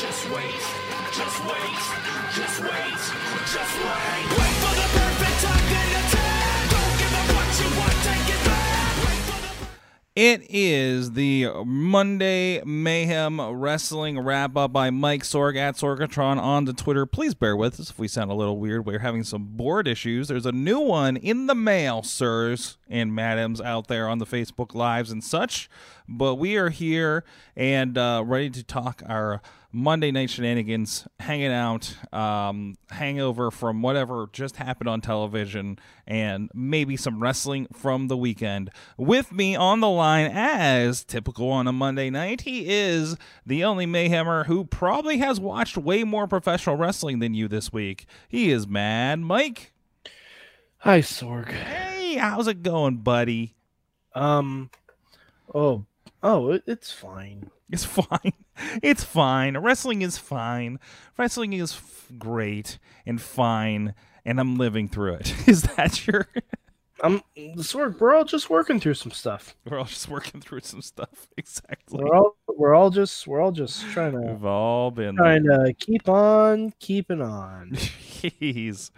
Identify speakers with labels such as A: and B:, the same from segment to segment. A: just wait, just wait, just wait, just wait. Wait for the perfect time, then attack. Don't give up what you want, take it back. Wait for the
B: It is the Monday Mayhem Wrestling wrap up by Mike Sorg at Sorgatron on the Twitter. Please bear with us if we sound a little weird. We're having some board issues. There's a new one in the mail, sirs and madams out there on the Facebook Lives and such. But we are here and uh, ready to talk our Monday night shenanigans, hanging out, um, hangover from whatever just happened on television, and maybe some wrestling from the weekend. With me on the line, as typical on a Monday night, he is the only Mayhemmer who probably has watched way more professional wrestling than you this week. He is Mad Mike.
C: Hi, Sorg.
B: Hey, how's it going, buddy?
C: Um, oh, oh, it, it's fine.
B: It's fine. It's fine. Wrestling is fine. Wrestling is f- great and fine, and I'm living through it. Is that your?
D: I'm Sorg. We're all just working through some stuff.
B: We're all just working through some stuff. Exactly.
D: We're all we're all just we're all just trying to
B: We've all been there.
D: trying to keep on keeping on.
B: Jeez.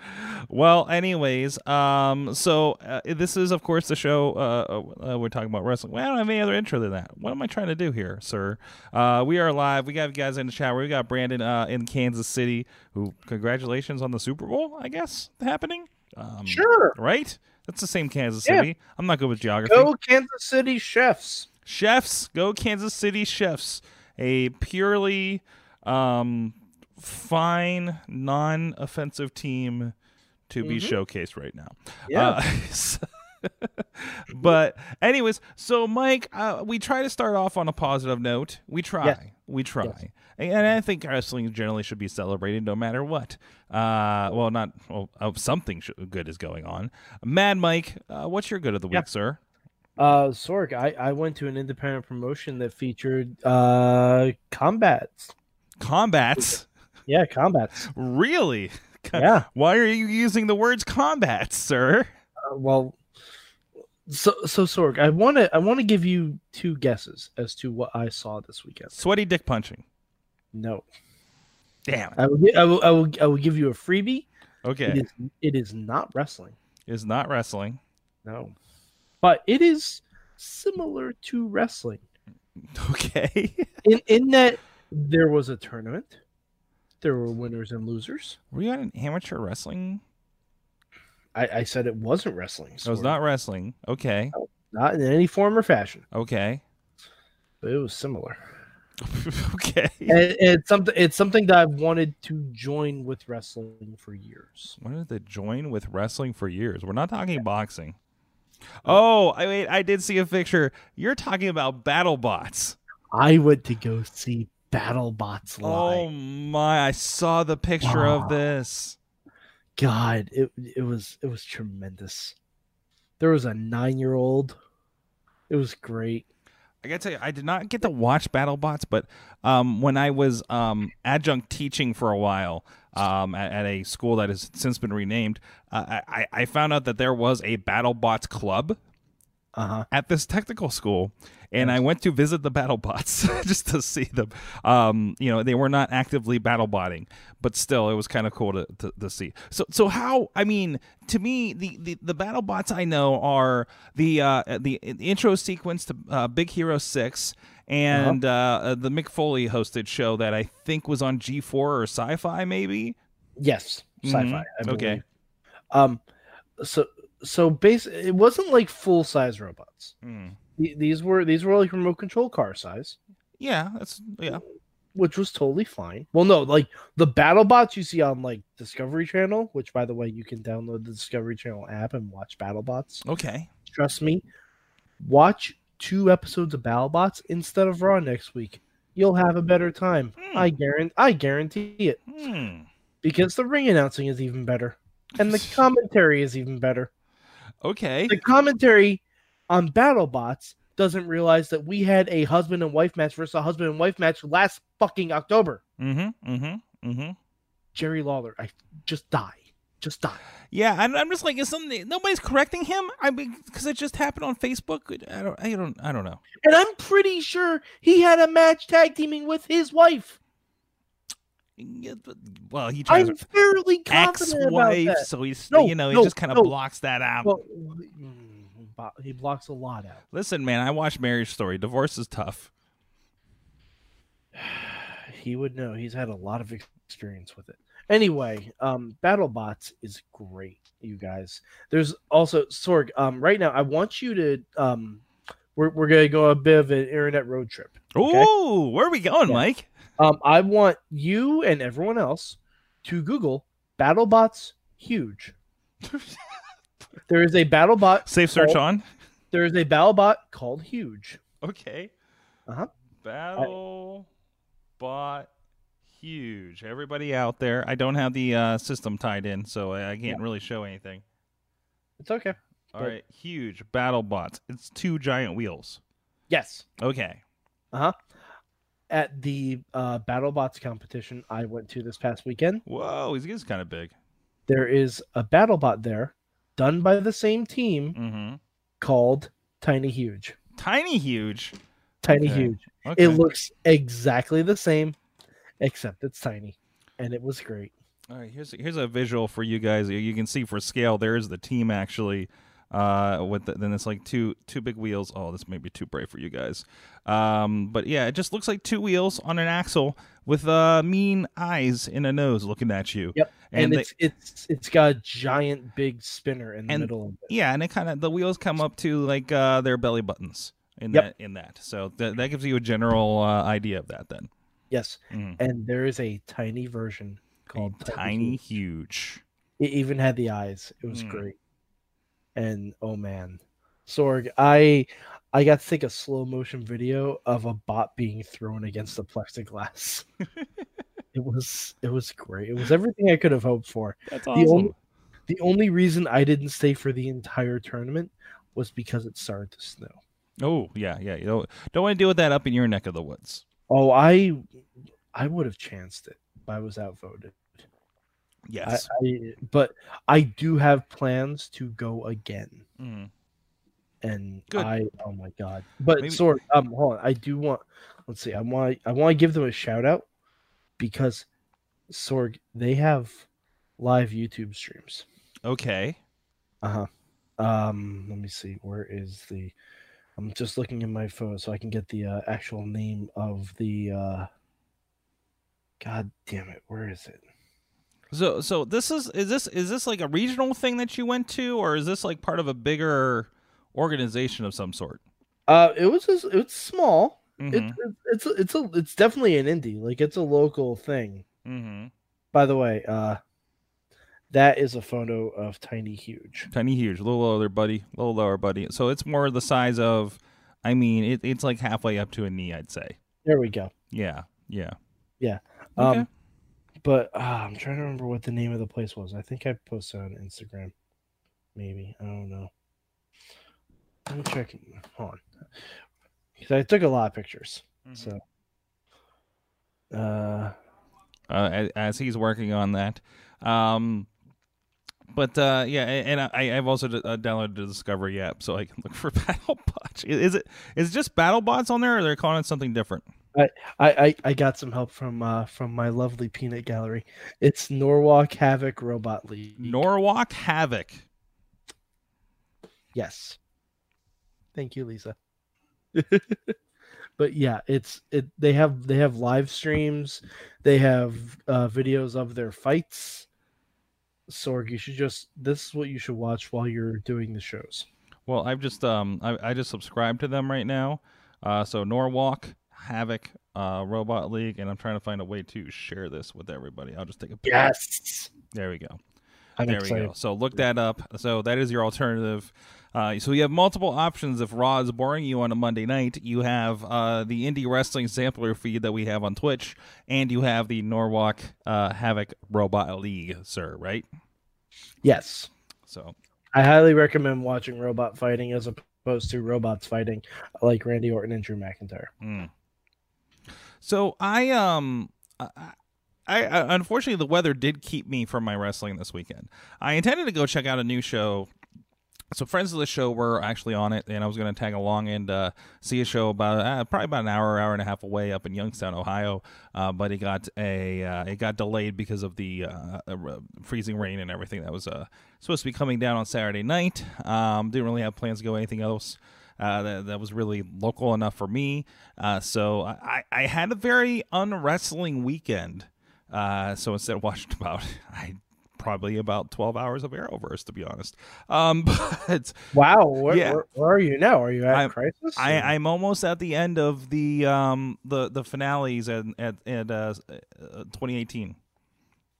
B: Well, anyways, um, so uh, this is, of course, the show. Uh, uh, we're talking about wrestling. Well, I don't have any other intro than that. What am I trying to do here, sir? Uh, we are live. We got guys in the chat. We got Brandon uh, in Kansas City. Who? Congratulations on the Super Bowl. I guess happening. Um,
D: Sure.
B: Right. That's the same Kansas
D: Yeah.
B: City. I'm not good with geography.
D: Go Kansas City Chefs.
B: Chefs, go Kansas City Chefs, a purely um, fine, non offensive team to be showcased right now.
D: Mm-hmm. Yeah.
B: Uh, so- but, anyways, so Mike, uh, we try to start off on a positive note. We try.
D: Yes.
B: We try. And I think wrestling generally should be celebrated no matter what. Uh, well, not well, uh, something sh- good is going on. Mad Mike, uh, what's your good of the week,
D: Yeah.
B: sir?
D: Uh, Sorg, I I went to an independent promotion that featured uh combats.
B: Combats.
D: Yeah, combats.
B: Really?
D: Yeah.
B: Why are you using the words combat, sir?
D: Uh, well, so so Sorg, I want to I want to give you two guesses as to what I saw this weekend.
B: Sweaty dick punching.
D: No,
B: Damn.
D: I will gi- I will I will, I will give you a freebie. It
B: Okay.
D: is it is not wrestling.
B: Is not wrestling.
D: No. But it is similar to wrestling
B: Okay.
D: in, in that there was a tournament, there were winners and losers.
B: Were you at an amateur wrestling?
D: I, I said it wasn't wrestling.
B: It was
D: Sorg.
B: not wrestling. Okay.
D: Not in any form or fashion,
B: Okay.
D: but it was similar.
B: okay.
D: And it's something it's something that I've wanted to join with wrestling for years.
B: Why did they join with wrestling for years? We're not talking boxing. Oh, I wait, I did see a picture. You're talking about battle bots.
D: I went to go see BattleBots
B: Oh
D: live.
B: my, I saw the picture of
D: Wow.
B: this.
D: God, it it was it was tremendous. There was a nine year old. It was great.
B: I gotta tell you, I did not get to watch BattleBots, but um, when I was um, adjunct teaching for a while um, at, at a school that has since been renamed, uh, I, I I found out that there was a BattleBots club
D: Uh huh.
B: at this technical school, and I went to visit the BattleBots just to see them. Um, you know, they were not actively BattleBotting, but still, it was kind of cool to, to, to see. So, so how? I mean, to me, the the, the BattleBots I know are the uh, the intro sequence to uh, Big Hero Six. And
D: Uh-huh.
B: uh, the Mick Foley hosted show that I think was on G4 or Sci Fi, maybe.
D: Yes, sci-fi. I
B: Mhm. Okay.
D: believe. Um, so so base it wasn't like full size robots.
B: Hmm.
D: Th- These were these were like remote control car size,
B: Yeah, that's yeah.
D: which was totally fine. Well, no, like the battle bots you see on like Discovery Channel, which by the way you can download the Discovery Channel app and watch battle bots.
B: Okay.
D: Trust me, watch two episodes of battle bots instead of Raw next week. You'll have a better time.
B: Hmm.
D: I guarantee. I guarantee it
B: Hmm.
D: because the ring announcing is even better, and the commentary is even better.
B: Okay.
D: the commentary on BattleBots
E: doesn't realize that we had a husband and wife match versus a husband and wife match last fucking October.
B: Mm-hmm. Mm-hmm. Mm-hmm.
E: Jerry Lawler, I just die. Just die.
B: Yeah, I'm, I'm just like, is something nobody's correcting him? I mean, because it just happened on Facebook. I don't, I don't, I don't know.
E: And I'm pretty sure he had a match tag teaming with his wife.
B: Yeah, but- Well, he tries
E: I'm fairly confident about
B: ex-wife,
E: that.
B: so he's
E: No,
B: you know he
E: no,
B: just kind of
E: no.
B: blocks that out.
E: Well, mm, he bo- he blocks a lot out.
B: Listen, man, I watched Marriage Story. Divorce is tough.
E: He would know. He's had a lot of experience with it. Anyway, um, BattleBots is great, you guys. There's also Sorg. Um, right now, I want you to. Um, we're we're gonna go a bit of an internet road trip. Okay.
B: Ooh, where are we going,
E: Yeah.
B: Mike?
E: Um, I want you and everyone else to Google BattleBots huge. there is a BattleBot.
B: Safe search
E: Oh.
B: on.
E: There is a BattleBot called Huge.
B: Okay.
E: Uh-huh.
B: Battle bot huge. Everybody out there. I don't have the uh, system tied in, so I, I can't really show anything.
E: It's okay.
B: All
E: But-
B: right, huge battle bots. It's two giant wheels.
E: Yes.
B: Okay.
E: At the uh, BattleBots competition I went to this past weekend,
B: Whoa, he's he's kind of big.
E: there is a BattleBot there, done by the same team
B: Mm-hmm.
E: called Tiny Huge.
B: Tiny huge.
E: Tiny
B: Okay.
E: Huge.
B: Okay.
E: It looks exactly the same, except it's tiny, and it was great.
B: All right, here's here's a visual for you guys. You- You can see for scale, there is the team actually. Uh, with the, then it's like two two big wheels. Oh, this may be too bright for you guys. Um, but yeah, it just looks like two wheels on an axle with uh mean eyes in a nose looking at you.
E: Yep,
B: and,
E: and,
B: they-
E: it's it's it's got a giant big spinner in the
B: And-
E: middle of it.
B: yeah, and it kind of the wheels come up to like uh their belly buttons in
E: Yep.
B: that in that. So that that gives you a general uh, idea of that then.
E: Yes,
B: Mhm.
E: and there is a tiny version called
B: A tiny huge.
E: Huge. It even had the eyes. It was
B: Mm.
E: great. And oh man, Sorg, I I got to take a slow motion video of a bot being thrown against the plexiglass. it was it was great. It was everything I could have hoped for.
B: That's
E: only- The only reason I didn't stay for the entire tournament was because it started to snow.
B: Oh yeah, yeah. You don't, don't want to deal with that up in your neck of the woods.
E: Oh, I I would have chanced it, but I was outvoted. I,
B: Yes.
E: I, but I do have plans to go again,
B: Mm.
E: and
B: Good.
E: I oh my god! But
B: Maybe-
E: sorry, um, hold on. I do want. Let's see. I want. I want to give them a shout out because Sorg they have live YouTube streams.
B: Okay.
E: Uh
B: Uh-huh.
E: huh. Um, let me see. Where is the? I'm just looking in my phone so I can get the uh, actual name of the. uh God damn it! Where is it?
B: So so this is is this is this like a regional thing that you went to or is this like part of a bigger organization of some sort?
E: Uh, it was just, it's small.
B: Mhm,
E: It, it's it's it's a it's definitely an indie. Like it's a local thing.
B: mhm.
E: By the way, uh, that is a photo of Tiny Huge.
B: Tiny huge, a little lower buddy, a little lower buddy. So it's more the size of I mean, it, it's like halfway up to a knee, I'd say.
E: There we go.
B: Yeah. Yeah.
E: Yeah,
B: Okay.
E: Um, but uh, I'm trying to remember what the name of the place was. I think I posted on Instagram. Maybe I don't know. Let me check. Hold on, because I took a lot of pictures.
B: Mhm.
E: So, uh,
B: uh, as, as he's working on that. Um, but uh, yeah, a- and I, I've also d- uh, downloaded the Discovery app so I can look for BattleBots. Is it is it just BattleBots on there, or they're calling it something different?
E: I, I I got some help from uh from my lovely peanut gallery. It's Norwalk Havoc Robot League.
B: Norwalk Havoc.
E: yes. Thank you, Lisa. but yeah, it's it. They have they have live streams. They have uh, videos of their fights. Sorg, you should just this is what you should watch while you're doing the shows.
B: Well, I've just um I, I just subscribed to them right now. Uh, so Norwalk Havoc uh, Robot League, and I'm trying to find a way to share this with everybody. I'll just take a picture.
E: Yes,
B: There we go.
E: I'm
B: there
E: excited.
B: we go. So look that up. So that is your alternative. Uh, so you have multiple options. If Raw is boring you on a Monday night, you have uh, the indie wrestling sampler feed that we have on Twitch, and you have the Norwalk uh, Havoc Robot League, sir. Right.
E: Yes,
B: So
E: I highly recommend watching robot fighting as opposed to robots fighting like Randy Orton and Drew McIntyre.
B: Mm. So I um I, I I- unfortunately the weather did keep me from my wrestling this weekend. I intended to go check out a new show. So friends of the show were actually on it, and I was going to tag along and uh, see a show about uh, probably about an hour, hour and a half away up in Youngstown, Ohio. Uh, but it got a uh, it got delayed because of the uh, uh, r- freezing rain and everything that was uh, supposed to be coming down on Saturday night. Um, didn't really have plans to go anything else uh, that, that was really local enough for me. Uh, so I, I I had a very unwrestling weekend. Uh, so instead of watching about, I probably about 12 hours of Arrowverse, to be honest. Um, but
E: Wow, where,
B: Yeah.
E: where, where are you now? Are you at
B: I'm-
E: crisis? or-
B: I, I'm almost at the end of the um, the, the finales at, at, at uh, s- uh, 2018,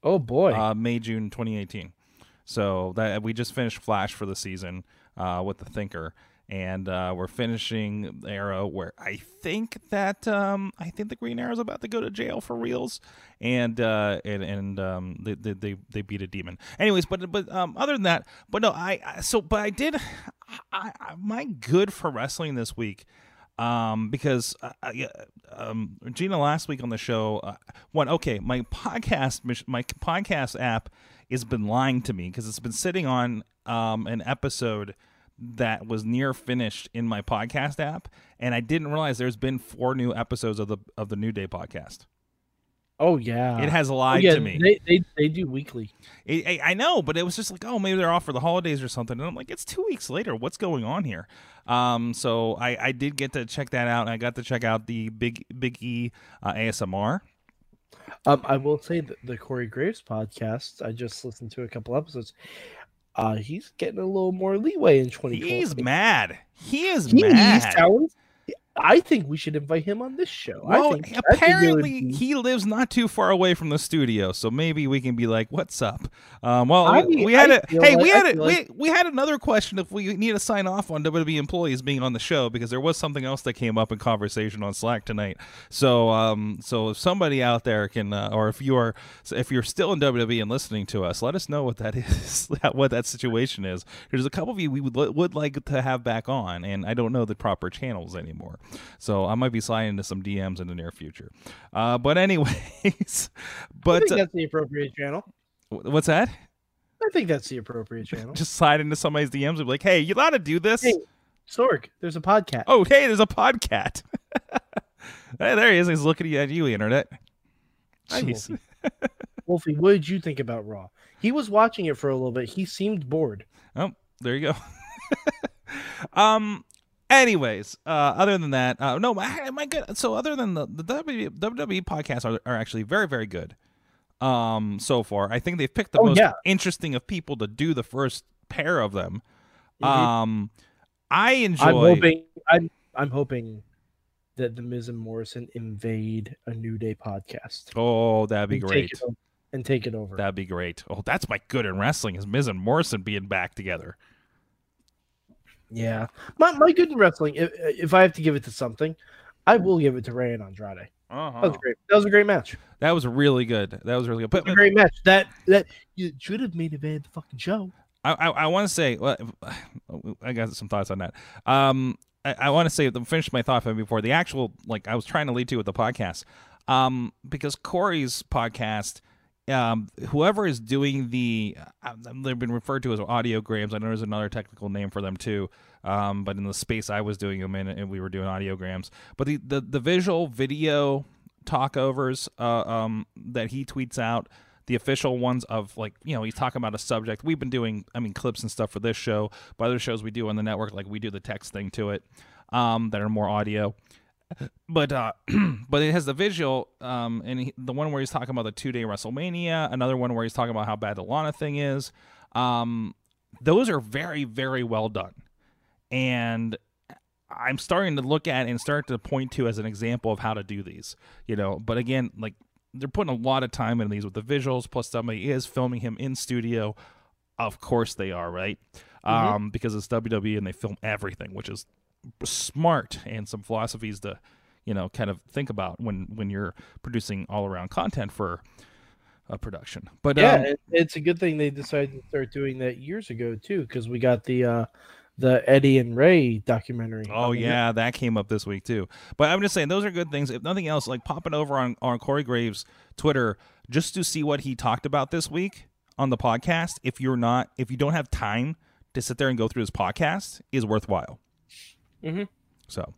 E: oh boy,
B: uh, May, June 2018. So that we just finished Flash for the season uh, with the Thinker. And uh, we're finishing Arrow, where I think that um, I think the Green Arrow's about to go to jail for reals, and uh, and and um, they, they they they beat a demon. Anyways, but but um, other than that, but no, I, I so but I did, I, I my good for wrestling this week, um, because uh, I, um, Gina last week on the show, uh, one okay, my podcast mach- my podcast app has been lying to me because it's been sitting on um an episode that was near finished in my podcast app, and I didn't realize there's been four new episodes of the of the New Day podcast.
E: oh yeah,
B: It has
E: Oh,
B: lied
E: yeah,
B: to me.
E: They, they they do weekly.
B: It, I, I know, but it was just like, oh, maybe they're off for the holidays or something. And I'm like, it's two weeks later. What's going on here? Um, so I, I did get to check that out. And I got to check out the Big Big E uh, ASMR.
E: Um, I will say that the Corey Graves podcast. I just listened to a couple episodes. Uh, he's getting a little more leeway in twenty.
B: He's mad. He is
E: He
B: mad.
E: sounds. I think we should invite him on this show. I
B: Well,
E: think I think it would
B: apparently
E: be-
B: he lives not too far away from the studio, so maybe we can be like, "What's up?" Um, well,
E: I-
B: we we
E: I
B: had a
E: feel
B: hey,
E: like-
B: we
E: I
B: had a,
E: feel like-
B: we, we had another question if we need to sign off on WWE employees being on the show because there was something else that came up in conversation on Slack tonight. So, um, so if somebody out there can, uh, or if you are if you're still in WWE and listening to us, let us know what that is, what that situation is. There's a couple of you we would would like to have back on, and I don't know the proper channels anymore. So I might be sliding into some DMs in the near future. Uh, but anyways,
E: I
B: but
E: think
B: uh,
E: that's the appropriate channel.
B: wh- what's that?
E: I think that's the appropriate channel.
B: Just slide into somebody's DMs and be like, "Hey, you allowed to do this?"
E: Hey. Sorg, there's a podcast.
B: Oh, hey, there's a podcat. hey, there he is. He's looking at you, internet.
E: Hi,
B: Jeez.
E: Wolfie. Wolfie, what did you think about Raw? He was watching it for a little bit. He seemed bored.
B: Oh, there you go. um. Anyways, uh, other than that, uh, no, my, my good. So other than the, the WWE, WWE E podcasts are, are actually very very good. Um, so far, I think they've picked the
E: Oh,
B: most
E: yeah.
B: interesting of people to do the first pair of them.
E: Mhm.
B: Um, I
E: I'm
B: enjoy.
E: hoping I'm I'm hoping that the Miz and Morrison invade a New Day podcast.
B: oh, that'd be
E: and
B: great.
E: Take it over, and take it over.
B: That'd be great. Oh, that's my good in wrestling is Miz and Morrison being back together.
E: yeah. My my good in wrestling, if, if I have to give it to something, I will give it to Ray and Andrade. That
B: Uh-huh.
E: was great. That was a great match.
B: That was really good. That was really good. But,
E: A great match. That that you should have made event the fucking show.
B: I, I, I want to say, well, I got some thoughts on that. Um, I, I want to say, finish my thought from before the actual, like I was trying to lead to with the podcast, um, because Corey's podcast, um, whoever is doing the, uh, they've been referred to as audiograms. I know there's another technical name for them too. Um, but in the space I was doing them in, and we were doing audiograms, but the, the, the visual video talkovers, uh, um, that he tweets out, the official ones of like you know he's talking about a subject we've been doing i mean clips and stuff for this show but other shows we do on the network like we do the text thing to it um that are more audio but uh but it has the visual um and he, the one where he's talking about the two day wrestlemania another one where he's talking about how bad the lana thing is um those are very very well done and i'm starting to look at and start to point to as an example of how to do these you know but again like they're putting a lot of time into these with the visuals plus somebody is filming him in studio of course they are right um because it's wwe and they film everything which is smart and some philosophies to you know kind of think about when when you're producing all around content for a production but
E: Yeah,
B: um,
E: it, it's a good thing they decided to start doing that years ago too, because we got the uh the Eddie and Ray documentary.
B: Oh yeah, that came up this week too. But I'm just saying those are good things. If nothing else, like popping over on on Corey Graves' Twitter just to see what he talked about this week on the podcast. If you're not, if you don't have time to sit there and go through his podcast, is worthwhile.
E: Mhm.
B: So,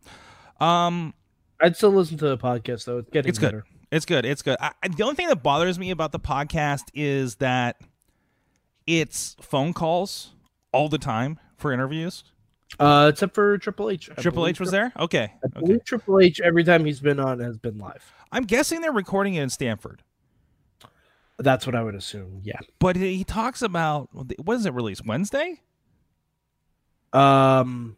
B: um,
E: I'd still listen to the podcast though. It's getting
B: It's good.
E: better.
B: it's good. It's good. I, I- the only thing that bothers me about the podcast is that it's phone calls all the time for interviews.
E: Uh, except for Triple H. I
B: Triple
E: believe
B: H was
E: Tri-
B: there. Okay.
E: I
B: Okay.
E: believe Triple H every time he's been on has been live.
B: I'm guessing they're recording it in Stanford.
E: That's what I would assume. Yeah.
B: But he talks about what is it released Wednesday?
E: Um.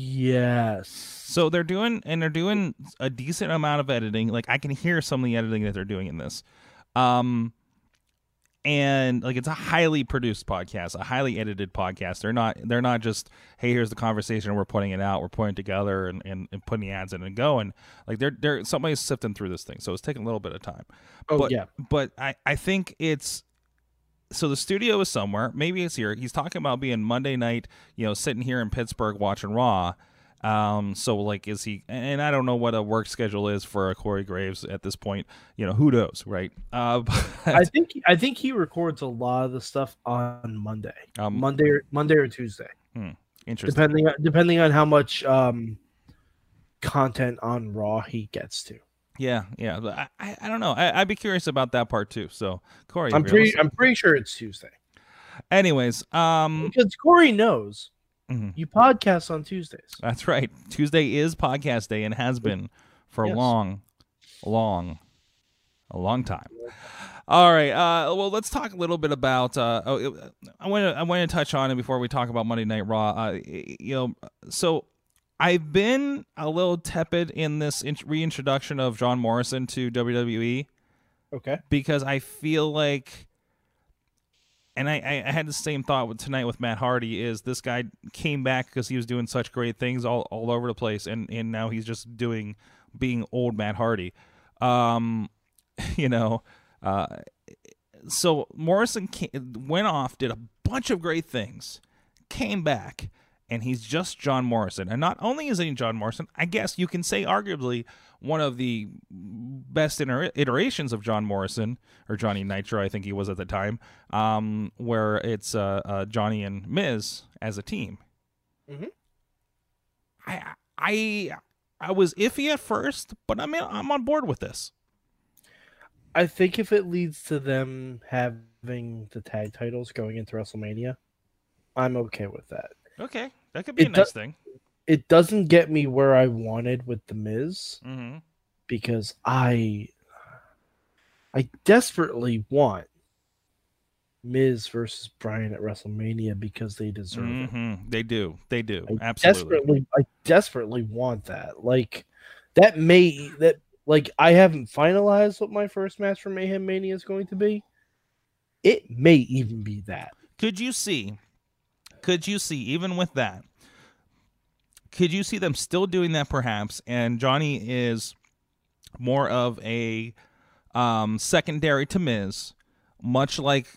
E: Yes.
B: So they're doing and they're doing a decent amount of editing. Like I can hear some of the editing that they're doing in this. Um and like it's a highly produced podcast, a highly edited podcast. They're not they're not just, hey, here's the conversation, we're putting it out, we're putting it together and, and, and putting the ads in and going. Like they're they're somebody's sifting through this thing. So it's taking a little bit of time.
E: Oh
B: but-
E: yeah.
B: but I, I think it's so the studio is somewhere. Maybe it's here. He's talking about being Monday night, you know, sitting here in Pittsburgh watching Raw. Um, so like, is he? And I don't know what a work schedule is for a Corey Graves at this point. You know, who knows, right? Uh,
E: I
B: but,
E: think I think he records a lot of the stuff on Monday,
B: um,
E: Monday, or, Monday or Tuesday,
B: interesting.
E: depending on, depending on how much um content on Raw he gets to.
B: Yeah, yeah. But I, I, I don't know. I, I'd be curious about that part too. So Corey,
E: I'm
B: if you're
E: pretty I'm pretty sure it's Tuesday
B: listening- anyways, um,
E: because Corey knows
B: mhm.
E: you podcast on Tuesdays.
B: that's right. Tuesday is podcast day and has been for a
E: Yes.
B: long, long, a long time. All right. Uh, well, let's talk a little bit about. Uh, oh, it- I want to. I want to touch on it before we talk about Monday Night Raw. Uh, y- you know, so I've been a little tepid in this int- reintroduction of John Morrison to E. WWE
E: Okay.
B: because I feel like, and I, I, I had the same thought with tonight with Matt Hardy is this guy came back because he was doing such great things all, all over the place, and and now he's just doing being old Matt Hardy, um, you know, uh, so Morrison ca- went off, did a bunch of great things, came back. And he's just John Morrison. And not only is he John Morrison, I guess you can say arguably one of the best iter- iterations of John Morrison or Johnny Nitro, I think he was at the time, um, where it's uh, uh, Johnny and Miz as a team. Mm-hmm.
E: Mhm.
B: I I I was iffy at first, but I'm in, I'm on board with this.
E: I think if it leads to them having the tag titles going into WrestleMania, I'm okay with that.
B: Okay, that could be
E: It
B: a
E: do-
B: nice thing.
E: It doesn't get me where I wanted with the Miz.
B: Mm-hmm.
E: because I I desperately want Miz versus Bryan at WrestleMania because they deserve it.
B: Mm-hmm. They do, they do,
E: I
B: Mm, absolutely.
E: desperately I desperately want that. Like that may that like I haven't finalized what my first match for Mayhem Mania is going to be. It may even be that.
B: Could you see? Could you see even with that? Could you see them still doing that perhaps? And Johnny is more of a um, secondary to Miz, much like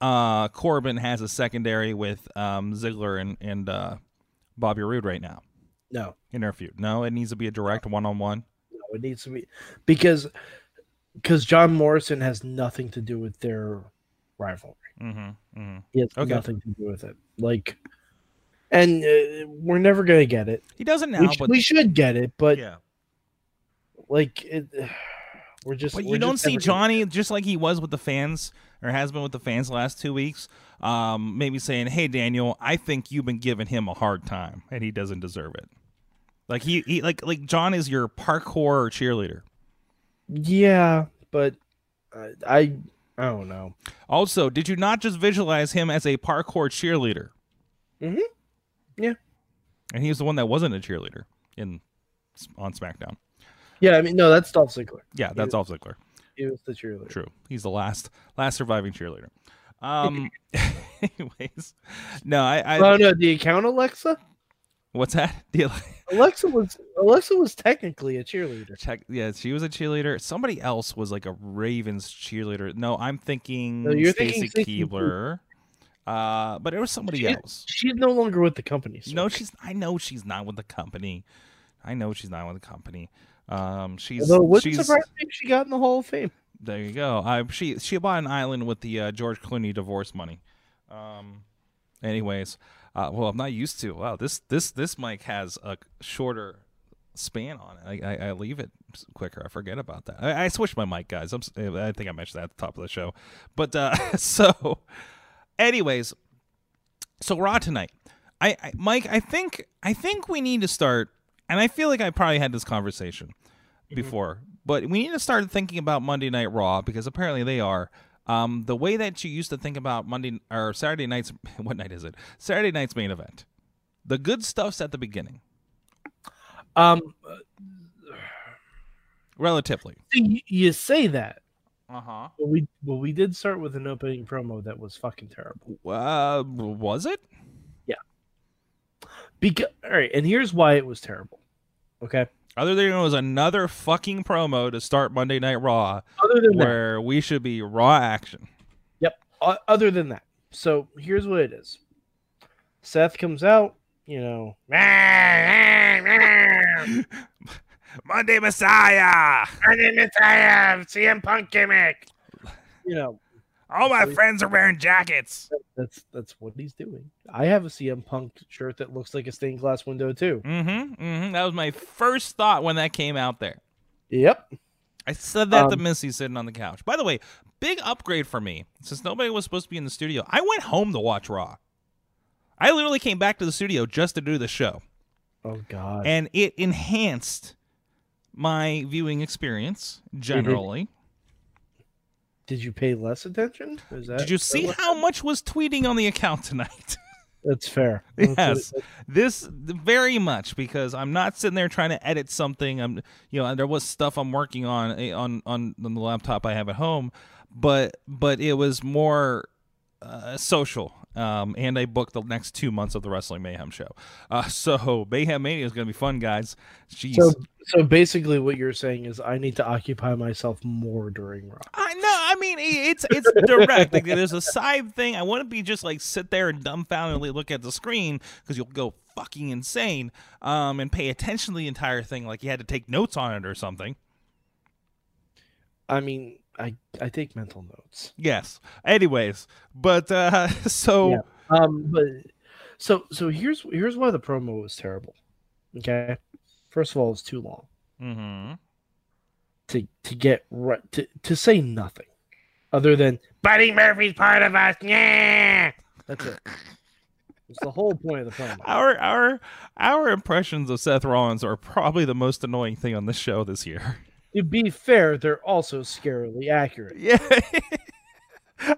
B: uh, Corbin has a secondary with um, Ziggler and and uh, Bobby Roode right now
E: No,
B: in their feud. No, it needs to be a direct one on one.
E: no, it needs to be because because John Morrison has nothing to do with their rivalry.
B: Mm-hmm. Mm-hmm.
E: He has
B: Okay.
E: nothing to do with it. Like, and uh, we're never gonna get it.
B: He doesn't now,
E: we, sh-
B: but
E: we should get it, but
B: yeah.
E: like, it, we're just.
B: But
E: we're
B: you don't
E: just
B: see
E: never gonna-
B: Johnny just like he was with the fans or has been with the fans the last two weeks. Um, maybe saying, "Hey, Daniel, I think you've been giving him a hard time, and he doesn't deserve it." Like he, he like like John is your parkour cheerleader.
E: Yeah, but uh, I, I don't know.
B: Also, did you not just visualize him as a parkour cheerleader?
E: Mhm. Yeah.
B: And he was the one that wasn't a cheerleader in on SmackDown.
E: Yeah, I mean, no, that's Dolph Ziggler.
B: Yeah, that's Dolph Ziggler.
E: He was the cheerleader.
B: True. He's the last last surviving cheerleader. Um. anyways, no, I. I
E: Oh no, the account Alexa.
B: What's that? The ele-
E: Alexa was Alexa was technically a cheerleader.
B: check. Yeah, she was a cheerleader. Somebody else was like a Ravens cheerleader. No, I'm thinking
E: No, you're
B: Stacy
E: thinking Stacey
B: Keebler. Uh, but it was somebody
E: She-
B: else.
E: She's no longer with the company. so-
B: No, she's. I know she's not with the company. I know she's not with the company. Um, she's.
E: Although it wouldn't
B: she's
E: surprise me if she got in the Hall of Fame.
B: there you go. I, she she bought an island with the uh, George Clooney divorce money. Um, anyways, uh, well, I'm not used to. Wow, this this this mic has a shorter span on it. I, I, I leave it quicker. I forget about that. I, I switched my mic, guys. I'm, s- eh, I think I mentioned that at the top of the show. But uh, so, anyways, so raw tonight. I, I Mike, I think I think we need to start, and I feel like I probably had this conversation before. But we need to start thinking about Monday Night Raw because apparently they are. Um, the way that you used to think about Monday or Saturday nights, what night is it? Saturday night's main event. The good stuff's at the beginning,
E: Um,
B: relatively.
E: you, you say that,
B: Uh huh.
E: but we well we did start with an opening promo that was fucking terrible.
B: Uh, was it?
E: Because all right, and here's why it was terrible. Okay,
B: Other than it was another fucking promo to start Monday Night Raw,
E: other than that,
B: where we should be raw action.
E: o- other than that, so here's what it is. Seth comes out, you know,
B: Monday Messiah.
E: you know
B: All
E: my
B: friends are wearing jackets.
E: that's that's what he's doing. I have a CM Punk shirt that looks like a stained glass window too.
B: Mm-hmm, mm-hmm. That was my first thought when that came out there.
E: Yep.
B: I said that to
E: Um,
B: Missy sitting on the couch. By the way, big upgrade for me. Since nobody was supposed to be in the studio, I went home to watch Raw. I literally came back to the studio just to do the show,
E: Oh God.
B: and it enhanced my viewing experience
E: Mm-hmm.
B: generally.
E: Did you pay less attention? Is that,
B: Did you
E: is that
B: see
E: what-
B: how much was tweeting on the account tonight?
E: That's fair.
B: Yes. this very much because I'm not sitting there trying to edit something. I'm you know there was stuff I'm working on eh, on on, on the laptop I have at home, but but it was more uh, social. Um, and I booked the next two months of the Wrestling Mayhem show. Uh, so Mayhem Mania is going to be fun, guys. Jeez.
E: So, so basically, what you're saying is I need to occupy myself more during Raw.
B: I know. I mean, i- it's it's direct. Like, there's a side thing. I wouldn't be just like sit there and dumbfoundedly look at the screen because you'll go fucking insane. Um, and pay attention to the entire thing like you had to take notes on it or something.
E: I mean, I I take mental notes.
B: Yes. Anyways, but uh, so
E: Yeah. Um, but so so here's here's why the promo was terrible. Okay, first of all, it's too long
B: Mhm.
E: to to get right to to say nothing other than Buddy Murphy's part of us. Yeah, that's it. It's the whole point of the promo.
B: our our our impressions of Seth Rollins are probably the most annoying thing on this show this year.
E: to be fair, they're also scarily accurate.
B: Yeah.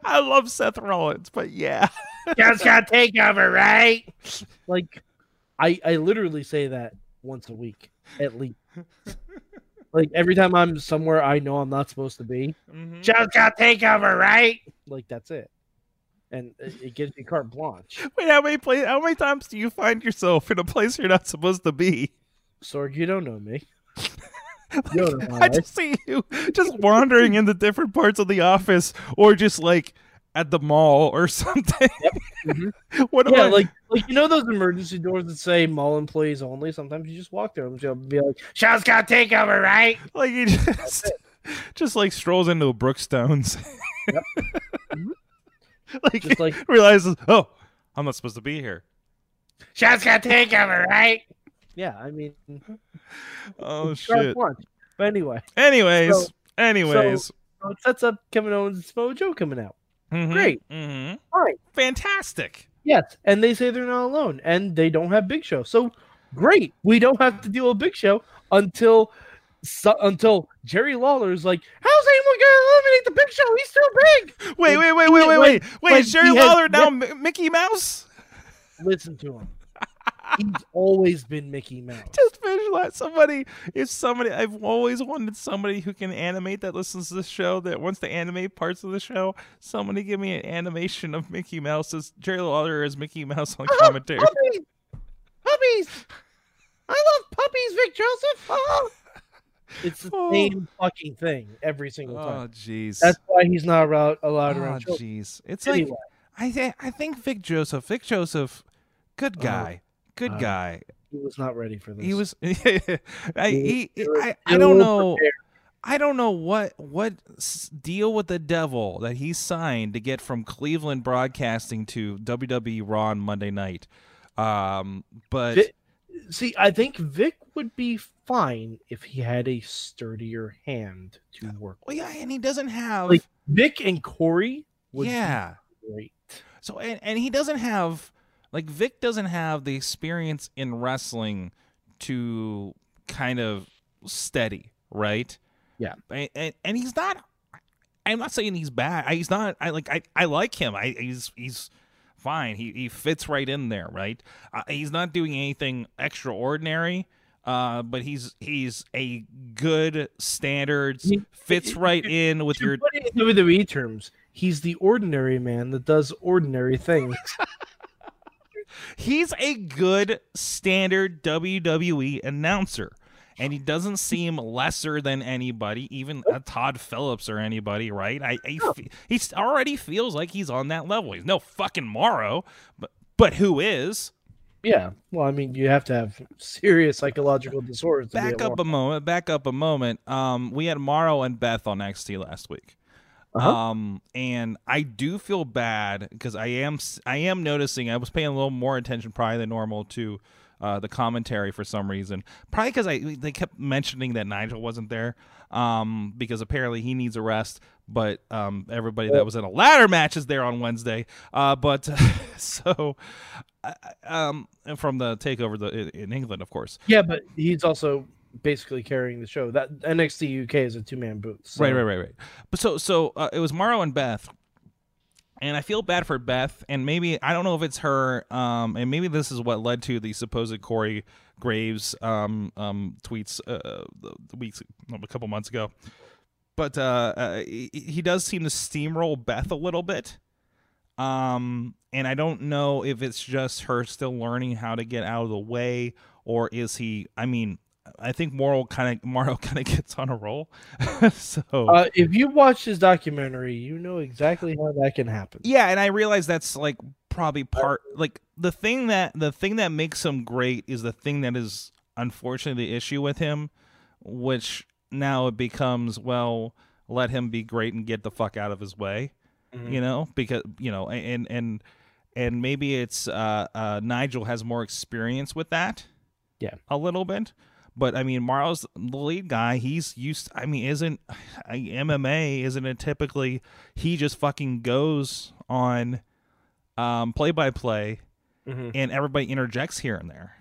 B: I love Seth Rollins, but yeah.
E: Just got takeover, right? Like, I I literally say that once a week at least. like every time I'm somewhere I know I'm not supposed to be.
B: Mhm.
E: Just got takeover, right? Like that's it, and it, it gives me carte blanche.
B: Wait, how many pla How many times do you find yourself in a place you're not supposed to be?
E: Sorg, you don't know me. You don't know my
B: I
E: life.
B: just see you just wandering into different parts of the office, or just like at the mall or something.
E: Mhm.
B: what am
E: Yeah,
B: I?
E: like like you know those emergency doors that say mall employees only. Sometimes you just walk there and they'll be like, "Shouts got takeover, right?"
B: like you just just like strolls into Brookstones, like,
E: Mm-hmm. Just like
B: realizes, oh, I'm not supposed to be here.
E: Shots got takeover, right? Yeah, I mean,
B: Oh
E: sharp
B: shit.
E: lunch. But anyway,
B: Anyways,
E: So-
B: anyways,
E: so it sets up Kevin Owens and Samoa Joe coming out.
B: Mhm,
E: great.
B: mhm.
E: Fine.
B: fantastic.
E: Yes, and they say they're not alone, and they don't have Big Show. So great, we don't have to deal with Big Show until so, until Jerry Lawler is like, "How's anyone going to eliminate the Big Show? He's still big."
B: Wait, wait, wait, wait, wait, wait, wait!
E: when
B: Is Jerry
E: he had-
B: Lawler now M- Mickey Mouse?
E: Listen to him. He's always been Mickey Mouse.
B: Just visualize somebody. If somebody, I've always wanted somebody who can animate that listens to this show that wants to animate parts of the show. Somebody give me an animation of Mickey Mouse as Jerry Lawler as Mickey Mouse on commentary.
E: Puppies! Puppies! I love puppies, Vic Joseph! Oh! It's the
B: Oh.
E: same fucking thing every single time.
B: Oh jeez.
E: That's why he's not allowed, allowed
B: Oh
E: around children.
B: jeez. It's like
E: Anyway,
B: I th- I think Vic Joseph, Vic Joseph, good
E: Oh,
B: guy, good
E: uh,
B: guy.
E: He was not ready for this.
B: He was. I, he,
E: was
B: I, I don't
E: ill
B: know.
E: prepared.
B: I don't know what what s- deal with the devil that he signed to get from Cleveland Broadcasting to WWE Raw on Monday night. Um, but
E: Vic- See, I think Vic would be fine if he had a sturdier hand to work.
B: well, yeah, and he doesn't have
E: Like, Vic and Corey would
B: yeah.
E: be great.
B: So and, and he doesn't have like Vic doesn't have the experience in wrestling to kind of steady, right?
E: Yeah.
B: And and, and he's not I'm not saying he's bad. I, he's not I like I, I like him. I he's he's fine. He he fits right in there, right? Uh, he's not doing anything extraordinary. Uh, but he's he's a good standards
E: He-
B: fits right in with
E: To
B: your
E: put it in WWE terms, he's the ordinary man that does ordinary things.
B: He's a good standard WWE announcer. And he doesn't seem lesser than anybody, even a Todd Phillips or anybody, right? I, I fe- he s- already feels like he's on that level. He's no fucking Morrow, but but who is?
E: yeah. Well, I mean, you have to have serious psychological disorders. To
B: Back
E: be at
B: up a moment. Back up a moment. Um, we had Morrow and Beth on NXT last week.
E: Uh-huh.
B: Um, and I do feel bad because I am s- I am noticing I was paying a little more attention probably than normal to uh, the commentary for some reason. Probably because I they kept mentioning that Nigel wasn't there. Um, because apparently he needs a rest. But um, everybody that was in a ladder match is there on Wednesday. Uh, but so I- I- um, and from the takeover the, in- in England, of course.
E: yeah, but he's also basically carrying the show. That NXT UK is a two man booth. so-
B: Right, right, right, right. But so, so uh, it was Morrow and Beth, and I feel bad for Beth, and maybe I don't know if it's her, um, and maybe this is what led to the supposed Corey Graves um, um, tweets uh, the, the weeks a couple months ago. But uh, uh, he, he does seem to steamroll Beth a little bit. Um, and I don't know if it's just her still learning how to get out of the way, or is he? I mean, I think Morrow kind of Morrow kind of gets on a roll. so
E: Uh, if you watch his documentary, you know exactly how that can happen.
B: yeah, and I realize that's like probably part like the thing that the thing that makes him great is the thing that is unfortunately the issue with him, which now it becomes well let him be great and get the fuck out of his way. you know because you know a- and and and maybe it's uh, uh nigel has more experience with that
E: Yeah.
B: a little bit but i mean marlo's the lead guy he's used i mean isn't I- mma isn't it typically he just fucking goes on um play by play
E: Mhm.
B: and everybody interjects here and there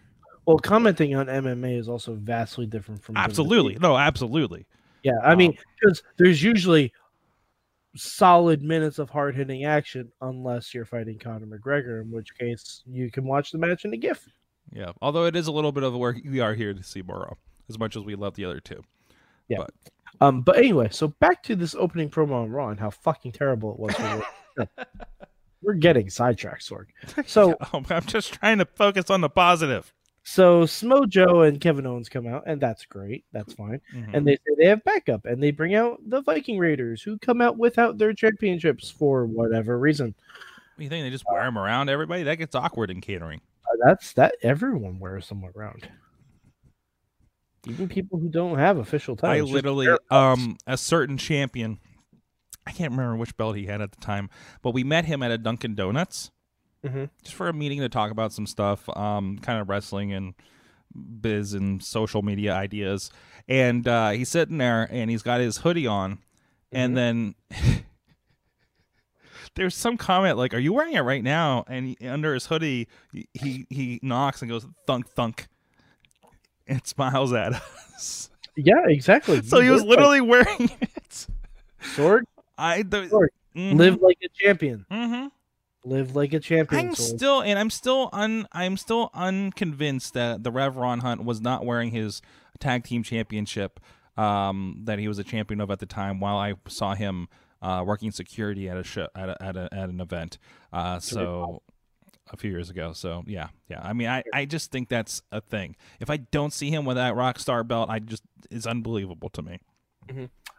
E: Well, commenting on MMA is also vastly different
B: Mm-hmm.
E: from
B: absolutely no absolutely
E: Yeah, I mean, because there's usually solid minutes of hard hitting action, unless you're fighting Conor McGregor, in which case you can watch the match in a GIF.
B: yeah although it is a little bit of where we are here to see morrow as much as we love the other two
E: Um, but anyway, so back to this opening promo on Raw and how fucking terrible it was. For Raw. We're getting sidetracked, Sorg. So,
B: i'm just trying to focus on the positive
E: so Smojo and Kevin Owens come out, and that's great. That's fine.
B: Mhm.
E: and they say they have backup and they bring out the Viking Raiders who come out without their championships for whatever reason.
B: You think they just wear them around everybody? That gets awkward in catering.
E: Uh, That's that everyone wears them around. Even people who don't have official titles.
B: I
E: just
B: literally,
E: wear them.
B: um, a certain champion, I can't remember which belt he had at the time, but we met him at a Dunkin' Donuts,
E: Mhm.
B: just for a meeting to talk about some stuff, um, kind of wrestling and biz and social media ideas. And uh, he's sitting there, and he's got his hoodie on, and then. There's some comment like, "Are you wearing it right now?" And he- under his hoodie, he he, he knocks and goes thunk thunk, and smiles at us.
E: Yeah, exactly.
B: So
E: You
B: he was
E: live
B: literally wearing it.
E: like sword.
B: I the,
E: Sure.
B: Mhm,
E: Live like a champion.
B: mhm.
E: Live like a champion.
B: I'm
E: Sorg.
B: still and I'm still un I'm still unconvinced that the Rev Ron Hunt was not wearing his tag team championship um, that he was a champion of at the time. While I saw him uh, working security at a show at a, at, a, at an event, uh, so a few years ago. So yeah, yeah. I mean, I I just think that's a thing. If I don't see him with that rock star belt, I just it's unbelievable to me.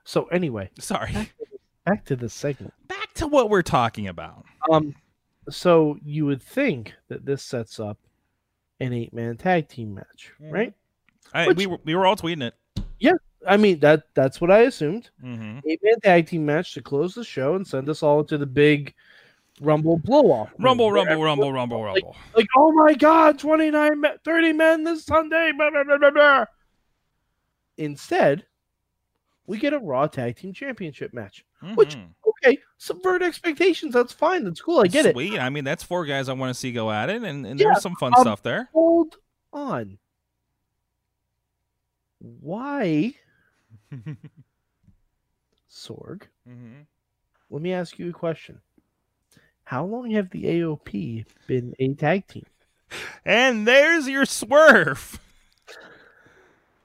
E: So anyway,
B: Sorry.
E: back to this segment.
B: Back to what we're talking about.
E: Um, so you would think that this sets up an eight man tag team match,
B: Mhm.
E: right?
B: I,
E: Which-
B: we were, we were all tweeting it.
E: I mean that that's what I assumed.
B: Mm-hmm.
E: Eight man tag team match to close the show and send us all into the big rumble blow off.
B: Rumble, rumble, rumble, rumble, rumble.
E: Like, oh my god, 29 men, 30 men this Sunday. Blah, blah, blah, blah, blah. Instead, we get a raw tag team championship match. Which-
B: Mhm.
E: Okay, subvert expectations. That's fine. That's cool. I get it.
B: Sweet. I mean, that's four guys I want to see go at it, and, and
E: Yeah,
B: there's some fun
E: um,
B: stuff there.
E: Hold on. Why, Sorg?
B: Mhm.
E: Let me ask you a question. How long have the AOP been a tag team?
B: And there's your swerve.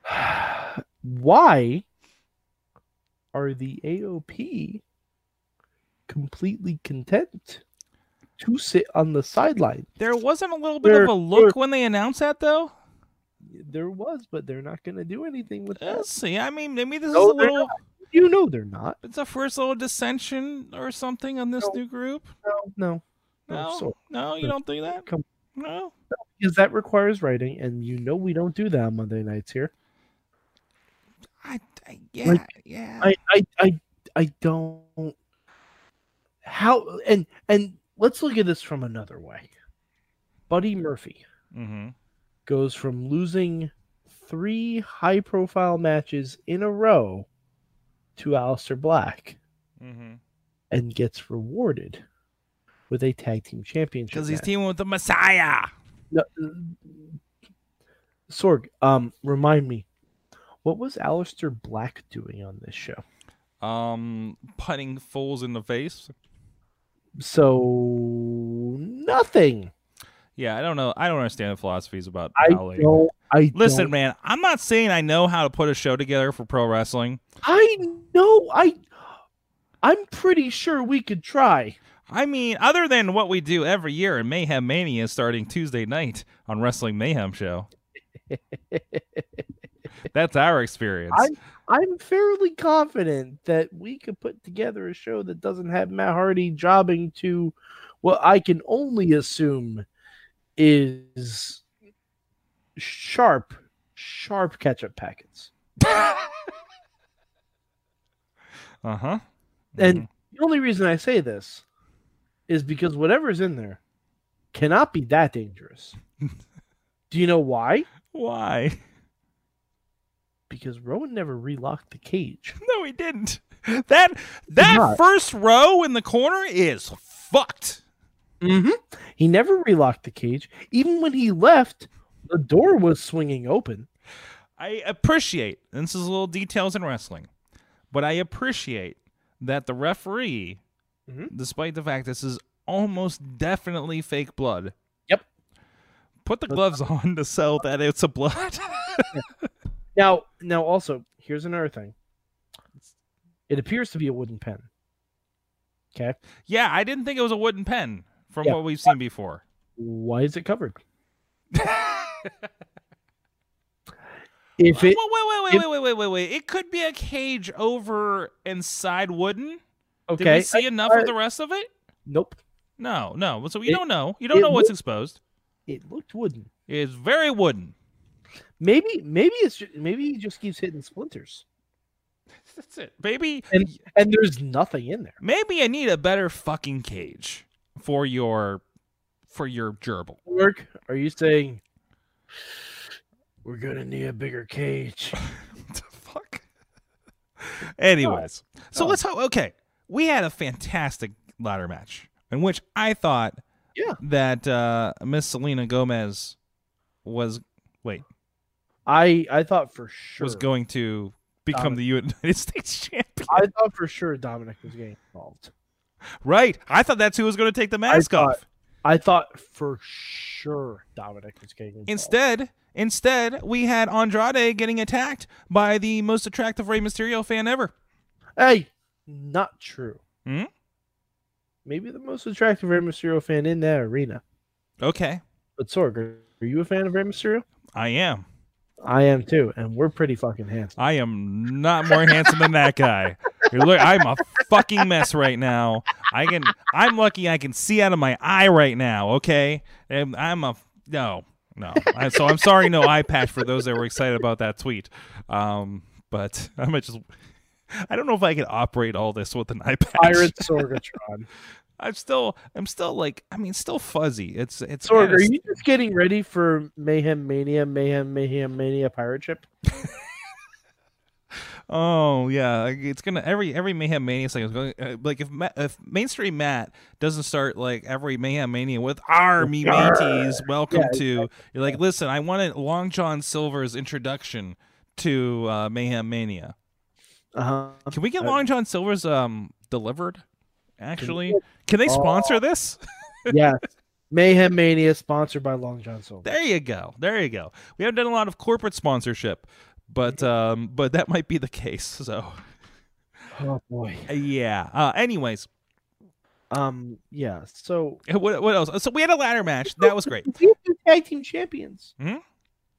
E: Why are the AOP completely content to sit on the sideline?
B: There wasn't a little bit of
E: There-
B: a look when they announced that, though.
E: There was, but they're not going to do anything with
B: Uh,
E: this.
B: see, I mean, maybe this
E: No,
B: is a
E: they're
B: little.
E: You know they're not.
B: It's a first little dissension or something on this
E: No.
B: new group.
E: No, no, no.
B: No,
E: Sorg.
B: no, you don't think that.
E: Come-
B: No,
E: because that requires writing, and you know we don't do that on Monday nights here.
B: I, I yeah, yeah.
E: I, I, I, I don't. How and and let's look at this from another way. Buddy Murphy
B: mm-hmm.
E: goes from losing three high-profile matches in a row to Aleister Black
B: Mm-hmm.
E: and gets rewarded with a tag team championship.
B: Because he's
E: match.
B: teaming with the Messiah.
E: No, uh, Sorg, um, remind me, what was Aleister Black doing on this show?
B: Um, putting fools in the face.
E: So nothing.
B: Yeah, I don't know. I don't understand the philosophies about
E: I
B: Ali.
E: don't. I
B: Listen,
E: don't-
B: man, I'm not saying I know how to put a show together for pro wrestling.
E: I know. I. I'm pretty sure we could try.
B: I mean, other than what we do every year in Mayhem Mania starting Tuesday night on Wrestling Mayhem Show. That's our experience.
E: I'm fairly confident that we could put together a show that doesn't have Matt Hardy jobbing to what I can only assume is sharp, sharp ketchup packets.
B: Uh huh. Mm-hmm.
E: And the only reason I say this is because whatever's in there cannot be that dangerous. Do you know why?
B: why?
E: Because Rowan never relocked the cage.
B: No, he didn't. That that
E: not.
B: first row in the corner is fucked.
E: Mm-hmm. He never relocked the cage. Even when he left, the door was swinging open.
B: I appreciate and this is little details in wrestling, but I appreciate that the referee,
E: Mhm.
B: despite the fact this is almost definitely fake blood.
E: Yep.
B: Put the gloves on to sell that it's a blood.
E: Now, now also, here's another thing. It appears to be a wooden pen. Okay.
B: yeah, I didn't think it was a wooden pen from
E: Yeah.
B: what we've seen before.
E: Why is it covered?
B: if
E: If
B: wait, wait, wait,
E: it if-
B: wait, wait, wait, wait, wait. It could be a cage over inside wooden. Did
E: okay,
B: we see enough
E: I-
B: of the rest of it?
E: nope.
B: No, no. So you
E: It-
B: don't know. You don't
E: it
B: know what's
E: would-
B: exposed.
E: It looked wooden.
B: It's very wooden.
E: Maybe, maybe it's ju- maybe he just keeps hitting splinters,
B: That's it. Maybe
E: and and there's nothing in there.
B: maybe I need a better fucking cage for your for your gerbil.
E: Work? Are you saying we're gonna need a bigger cage?
B: What the fuck? Anyways, so
E: Oh.
B: let's hope. Okay, we had a fantastic ladder match in which I thought,
E: Yeah.
B: that uh, Miss Selena Gomez was wait
E: I I thought for sure
B: was going to become the United States champion.
E: I thought for sure Dominic was getting involved.
B: Right? I thought that's who was going to take the mask
E: thought-
B: off.
E: I thought for sure Dominic was getting involved.
B: Instead, instead, we had Andrade getting attacked by the most attractive Rey Mysterio fan ever.
E: hey, not true.
B: Hmm?
E: Maybe the most attractive Rey Mysterio fan in that arena.
B: Okay,
E: But Sorg, are are you a fan of Rey Mysterio?
B: I am.
E: I am too, and we're pretty fucking handsome.
B: I am not more handsome than that guy. Look, I'm a fucking mess right now. I can. I'm lucky. I can see out of my eye right now. Okay, and I'm a no, no. I, so I'm sorry. No eye patch for those that were excited about that tweet. Um, but I'm just. I don't know if I can operate all this with an eye patch.
E: Pirate Sorgatron.
B: I'm still. I'm still like. I mean, still fuzzy. It's. It's.
E: Sorg, are
B: kinda-
E: you just getting ready for Mayhem Mania, Mayhem Mayhem Mania Pirate Ship?
B: Oh yeah, like, it's gonna every every Mayhem Mania thing is going uh, like if Ma- if mainstream Matt doesn't start like every Mayhem Mania with army mateys, welcome
E: Yeah,
B: to you're like listen, I wanted Long John Silver's introduction to uh, Mayhem Mania.
E: Uh huh.
B: Can we get
E: Uh,
B: Long John Silver's um delivered? Actually, can they
E: Oh.
B: sponsor this?
E: Yes. Mayhem Mania sponsored by Long John Silver.
B: There you go, there you go. We haven't done a lot of corporate sponsorship, but um, but that might be the case. So
E: Oh boy.
B: yeah. Uh, anyways.
E: Um. Yeah. So
B: What, what else? So we had a ladder match. That was great.
E: we have new tag team champions.
B: Hmm?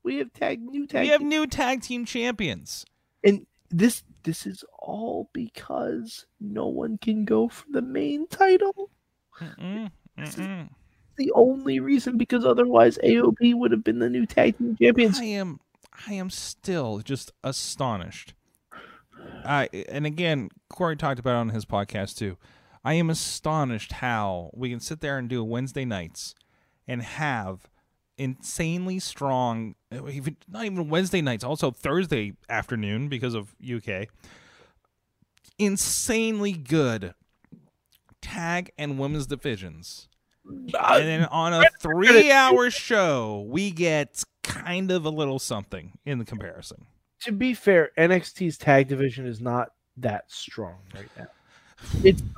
E: We have tag new tag.
B: We have
E: team-
B: new tag team champions.
E: and this this is all because no one can go for the main title.
B: Mm-mm, mm-mm.
E: The only reason because otherwise AOP would have been the new tag team champions.
B: I am, I am still just astonished. I and again, Corey talked about it on his podcast too. I am astonished how we can sit there and do Wednesday nights and have insanely strong, even not even Wednesday nights, also Thursday afternoon because of UK, insanely good tag and women's divisions.
E: Uh,
B: and then on a three hour show, we get kind of a little something in the comparison.
E: to be fair, NXT's tag division is not that strong right now. It's not.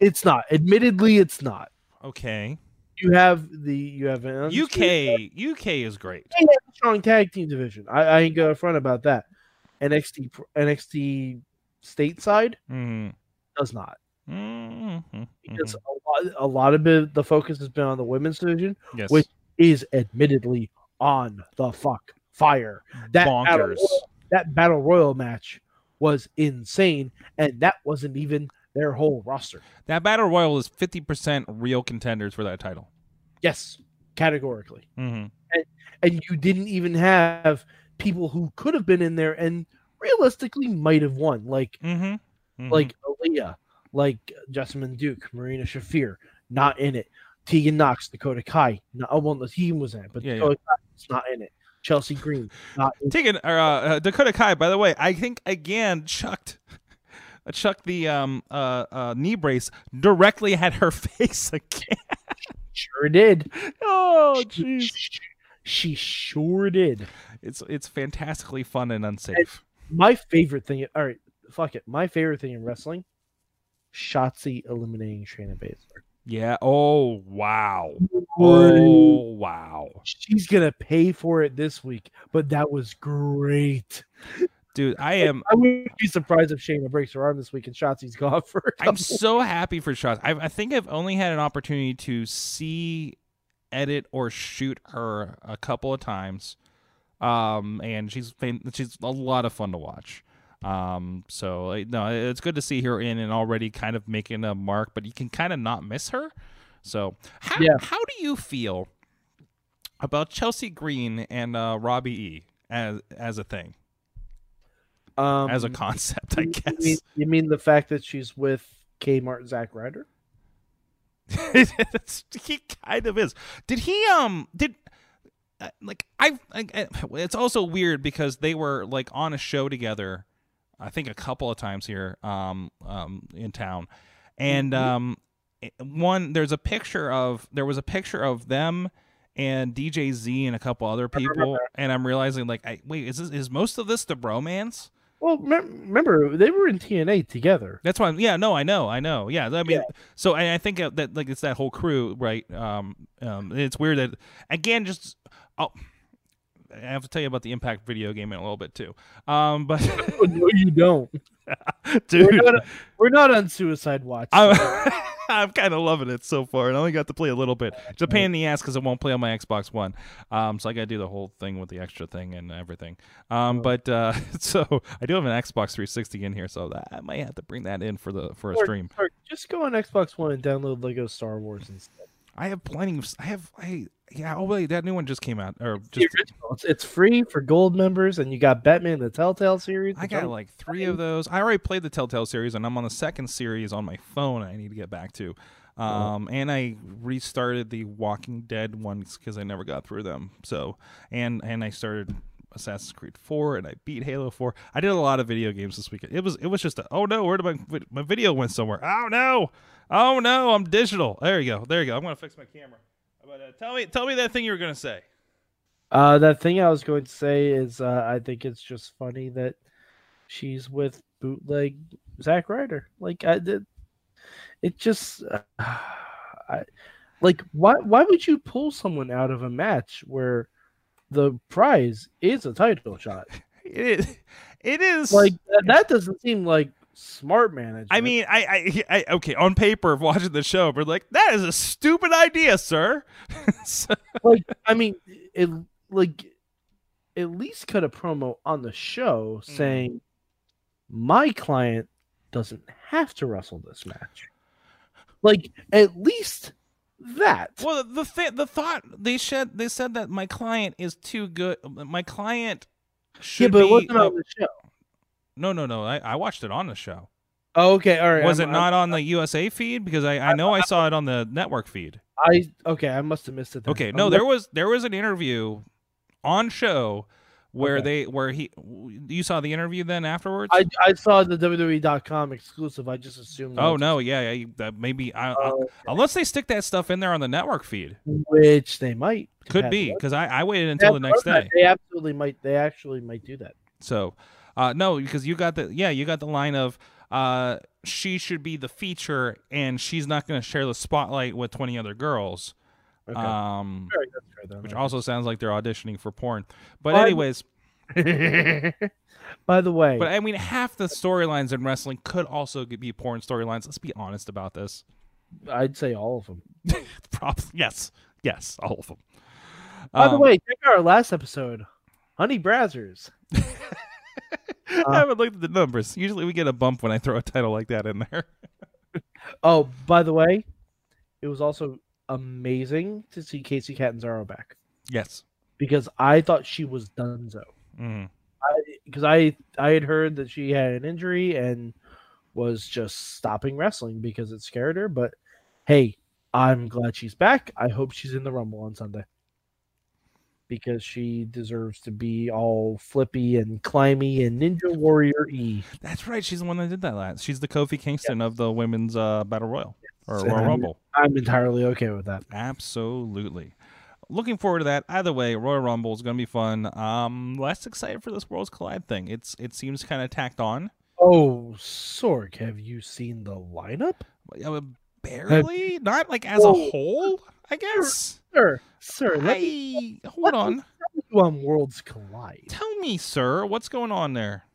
E: It's not. Admittedly, it's not.
B: Okay.
E: You have the you have an
B: UK UK is great.
E: strong tag team division. I, I ain't gonna front about that. NXT pr- NXT stateside
B: Mm.
E: does not
B: Mhm. Mhm.
E: because a lot a lot of it, the focus has been on the women's division,
B: Mm-hmm. Yes.
E: which is admittedly on the fuck fire. That battle
B: Bonkers.
E: royal- that battle royal match was insane, and that wasn't even their whole roster.
B: That battle royal is fifty percent real contenders for that title.
E: Yes, categorically.
B: Mm-hmm.
E: And you didn't even have people who could have been in there and realistically might have won, like
B: Mm-hmm.
E: like Aaliyah, like Jessamine Duke, Marina Shafir, not in it. Tegan Knox, Dakota Kai, no, oh, well, no, Tegan was in it, but
B: Yeah, yeah.
E: Dakota Kai is not in it. Chelsea Green, not in it.
B: Taken or uh, uh, Dakota Kai. By the way, I think again chucked, chucked the um uh, uh knee brace directly at her face again.
E: Sure did.
B: Oh
E: She-
B: jeez.
E: she- She sure did.
B: It's it's fantastically fun and unsafe.
E: My favorite thing. All right, fuck it. My favorite thing in wrestling, Shotzi eliminating Shayna Baszler.
B: Yeah. Oh wow.
E: Ooh.
B: Oh wow.
E: She's gonna pay for it this week, but that was great.
B: Dude, I am
E: I wouldn't be surprised if Shayna breaks her arm this week and Shotzi's gone for. a
B: I'm
E: couple-
B: so happy for shots. I, I think I've only had an opportunity to see, edit, or shoot her a couple of times. Um, and she's fan- she's a lot of fun to watch. Um, so like, no, it's good to see her in and already kind of making a mark, but you can kind of not miss her. So how
E: Yeah.
B: how do you feel about Chelsea Green and uh, Robbie E as as a thing,
E: um,
B: as a concept, I
E: you
B: guess?
E: mean- you mean the fact that she's with Kmart Zack Ryder?
B: It's- he kind of is. Did he? Um. Did uh, like I, I? I- It's also weird because they were like on a show together. I think a couple of times here. Um. Um. In town, and
E: Mhm.
B: um. it- One there's a picture of there was a picture of them and DJ Z and a couple other people, and I'm realizing like, I, wait, is this is most of this the bromance?
E: Well, me- remember they were in TNA together.
B: That's why. I'm, yeah, no, I know, I know. Yeah, I mean, so I, I think that like it's that whole crew, right? Um, um, it's weird that again, just oh, I have to tell you about the Impact video game in a little bit too. Um, but
E: no, you don't.
B: dude,
E: not We're not on Suicide Watch.
B: I'm, I'm kind of loving it so far, and I only got to play a little bit. It's a pain in the ass because it won't play on my Xbox One, um, so I got to do the whole thing with the extra thing and everything. Um, But uh, so I do have an Xbox 360 in here, so that, I might have to bring that in for the for a
E: Or-
B: stream.
E: or just go on Xbox One and download Lego Star Wars instead.
B: I have plenty of. s- I have. I yeah. Oh wait, that new one just came out, or
E: The
B: just
E: original. It's, it's free for gold members, and you got Batman the Telltale series.
B: I
E: which
B: got
E: don't-
B: like three of those. I already played the Telltale series, and I'm on the second series on my phone. I need to get back to. Um, and I restarted the Walking Dead ones because I never got through them. So, and and I started Assassin's Creed 4, and I beat Halo 4. I did a lot of video games this weekend. It was it was just a, oh no, where did my vid- my video went somewhere? Oh no, oh no, I'm digital. There you go, there you go. I'm gonna fix my camera. But uh, tell me tell me that thing you were gonna say.
E: Uh, that thing I was going to say is, uh, I think it's just funny that she's with bootleg Zack Ryder. Like I did, it just, uh, I, like why why would you pull someone out of a match where the prize is a title shot?
B: It is it is
E: Like that, that doesn't seem like smart management.
B: I mean, I, I, I, okay, on paper, watching the show, we're like, that is a stupid idea, sir. So-
E: like I mean, it like at least cut a promo on the show
B: Mm.
E: saying my client doesn't have to wrestle this match. Like at least that.
B: well, the th- the thought they said they said that my client is too good. My client
E: yeah,
B: should
E: but it
B: be.
E: wasn't
B: uh,
E: on the show.
B: no, no, no. I, I watched it on the show.
E: Oh, okay, all right.
B: Was
E: I'm-
B: it
E: I'm-
B: not on the USA feed? Because I, I know I saw it on the network feed.
E: I okay. I must have missed it. then.
B: Okay,
E: I'm
B: no,
E: look-
B: there was there was an interview on show where they where he you saw the interview then afterwards.
E: I, I saw the WWE.com exclusive. I just assumed. that
B: oh
E: was-
B: no, yeah, yeah, you- that maybe I, I
E: Oh,
B: unless they stick that stuff in there on the network feed.
E: which they might
B: Could
E: Pat
B: be
E: Road-
B: because I, I waited until the
E: Pat
B: next
E: Road-
B: day.
E: They absolutely might. They actually might do that.
B: So, uh, no, because you got the yeah, you got the line of uh, she should be the feature and she's not going to share the spotlight with twenty other girls.
E: Okay.
B: Um,
E: All right, that's fair then.
B: which
E: Okay.
B: also sounds like they're auditioning for porn. But
E: Well, I-
B: anyways,
E: By the way,
B: but I mean half the storylines in wrestling could also be porn storylines. Let's be honest about this.
E: I'd say all of them.
B: Props, yes, yes, all of them.
E: By the
B: Um,
E: way, check out our last episode, Honey Brazzers. Uh,
B: I haven't looked at the numbers. Usually, we get a bump when I throw a title like that in there.
E: Oh, by the way, it was also amazing to see Casey Catanzaro back
B: yes.
E: because I thought she was donezo.
B: Mm.
E: Because I I had heard that she had an injury and was just stopping wrestling because it scared her. But hey, I'm glad she's back. I hope she's in the Rumble on Sunday because she deserves to be all flippy and climby and Ninja Warrior E.
B: That's right. She's the one that did that last. She's the Kofi Kingston of the women's uh, battle royal or
E: Yes.
B: Royal
E: Um,
B: Rumble.
E: I'm entirely okay with that.
B: Absolutely. Looking forward to that. Either way, Royal Rumble is going to be fun. Um, less excited for this Worlds Collide thing. It's it seems kind of tacked on.
E: Oh, Sorg, have you seen the lineup?
B: Uh, Barely, not like as a
E: Whoa.
B: whole. I guess.
E: Sir, sir, Oh. let me
B: Hey, hold on.
E: put you on Worlds Collide.
B: Tell me, sir, what's going on there?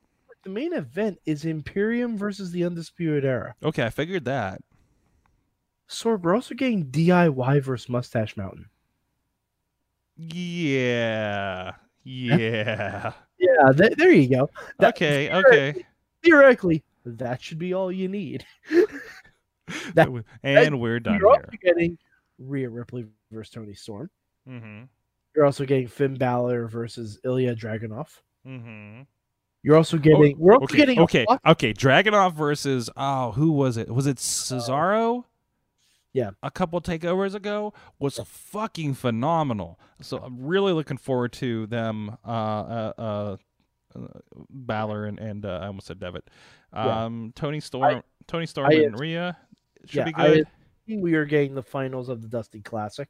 E: The main event is Imperium versus the Undisputed Era.
B: Okay, I figured that.
E: Sorg, we're also getting DIY versus Mustache Mountain.
B: Yeah, yeah.
E: Yeah, th- there you go. That-
B: Okay, okay.
E: Theoretically, that should be all you need. That-
B: and we're done
E: You're also
B: here.
E: getting Rhea Ripley versus Tony Storm.
B: Mm-hmm.
E: You're also getting Finn Balor versus Ilya Dragunov.
B: Mm-hmm.
E: You're also getting. we're also
B: Okay,
E: getting. a
B: okay,
E: fuck- Uh,
B: okay. Dragonoff versus oh, who was it? Was it Cesaro?
E: Yeah.
B: a couple takeovers ago was fucking phenomenal. So I'm really looking forward to them. Uh, uh, uh Balor and and uh, I almost said Devitt.
E: Yeah.
B: Um, Tony Storm, Tony Storm
E: I-
B: and Rhea should
E: yeah,
B: be
E: I
B: good.
E: we are getting the finals of the Dusty Classic.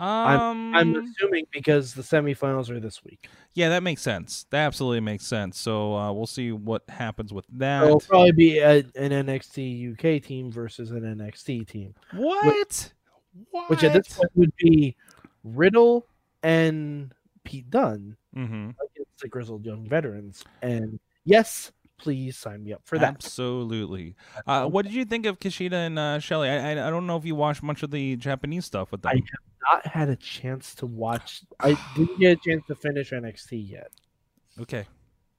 B: um,
E: I'm assuming because the semifinals are this week.
B: yeah, that makes sense. That absolutely makes sense. So uh, we'll see what happens with that.
E: So It'll probably be a, an NXT UK team versus an NXT team,
B: What? What?
E: which at this point would be Riddle and Pete Dunn
B: Mm-hmm.
E: against the grizzled young veterans. And yes, please sign me up for that.
B: Absolutely. Uh, what did you think of Kishida and uh, Shelly? I, I I don't know if you watched much of the Japanese stuff with them.
E: I have not had a chance to watch. I didn't get a chance to finish NXT yet.
B: okay.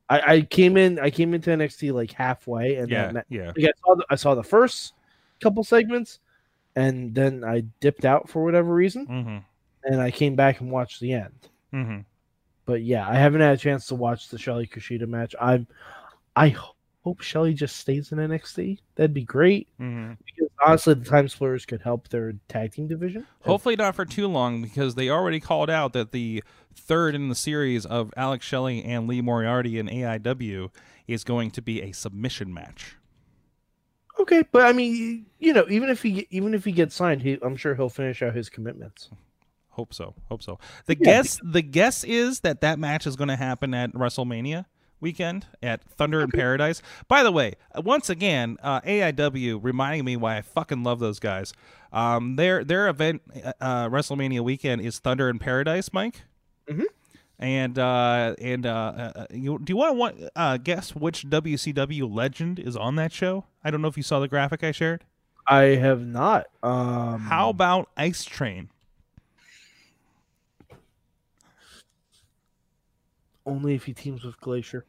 E: I, I came in. I came into NXT like halfway, and
B: Yeah.
E: then that-
B: yeah.
E: like, I saw the, I saw the first couple segments, and then I dipped out for whatever reason,
B: Mm-hmm.
E: and I came back and watched the end.
B: Mm-hmm.
E: But yeah, I haven't had a chance to watch the Shelly Kushida match. I'm, I ho- hope Shelly just stays in NXT. That'd be great
B: Mm-hmm.
E: because honestly, the Time Splitters could help their tag team division.
B: Hopefully not for too long because they already called out that the third in the series of Alex Shelley and Lee Moriarty in AIW is going to be a submission match.
E: Okay, but I mean, you know, even if he even if he gets signed, he, I'm sure he'll finish out his commitments.
B: Hope so. Hope so. The
E: Yeah.
B: guess the guess is that that match is going to happen at WrestleMania weekend at Thunder in Paradise. By the way, uh, once again, uh, AIW reminding me why I fucking love those guys. Um, their their event uh, uh, WrestleMania weekend is Thunder in Paradise, Mike.
E: Mhm.
B: And uh, and uh, uh, you, do you want to want, uh, guess which WCW legend is on that show? I don't know if you saw the graphic I shared.
E: I have not. Um,
B: How about Ice Train?
E: only if he teams with Glacier?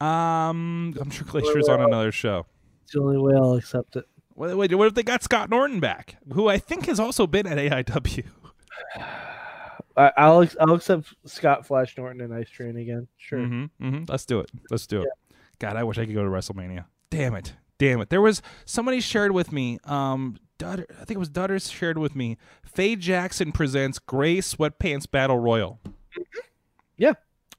B: Um, I'm sure Glacier's on another show.
E: It's the only way I'll accept it.
B: Wait, wait, what if they got Scott Norton back, who I think has also been at AIW?
E: I, I'll ac- I'll accept Scott Flash Norton and Ice Train again. Sure.
B: hmm hmm Let's do it. Let's do it. God, I wish I could go to WrestleMania. Damn it. Damn it. There was somebody shared with me. Um, Dutter, I think it was Dutters shared with me. Faye Jackson presents Gray Sweatpants Battle Royal.
E: Mm-hmm. Yeah.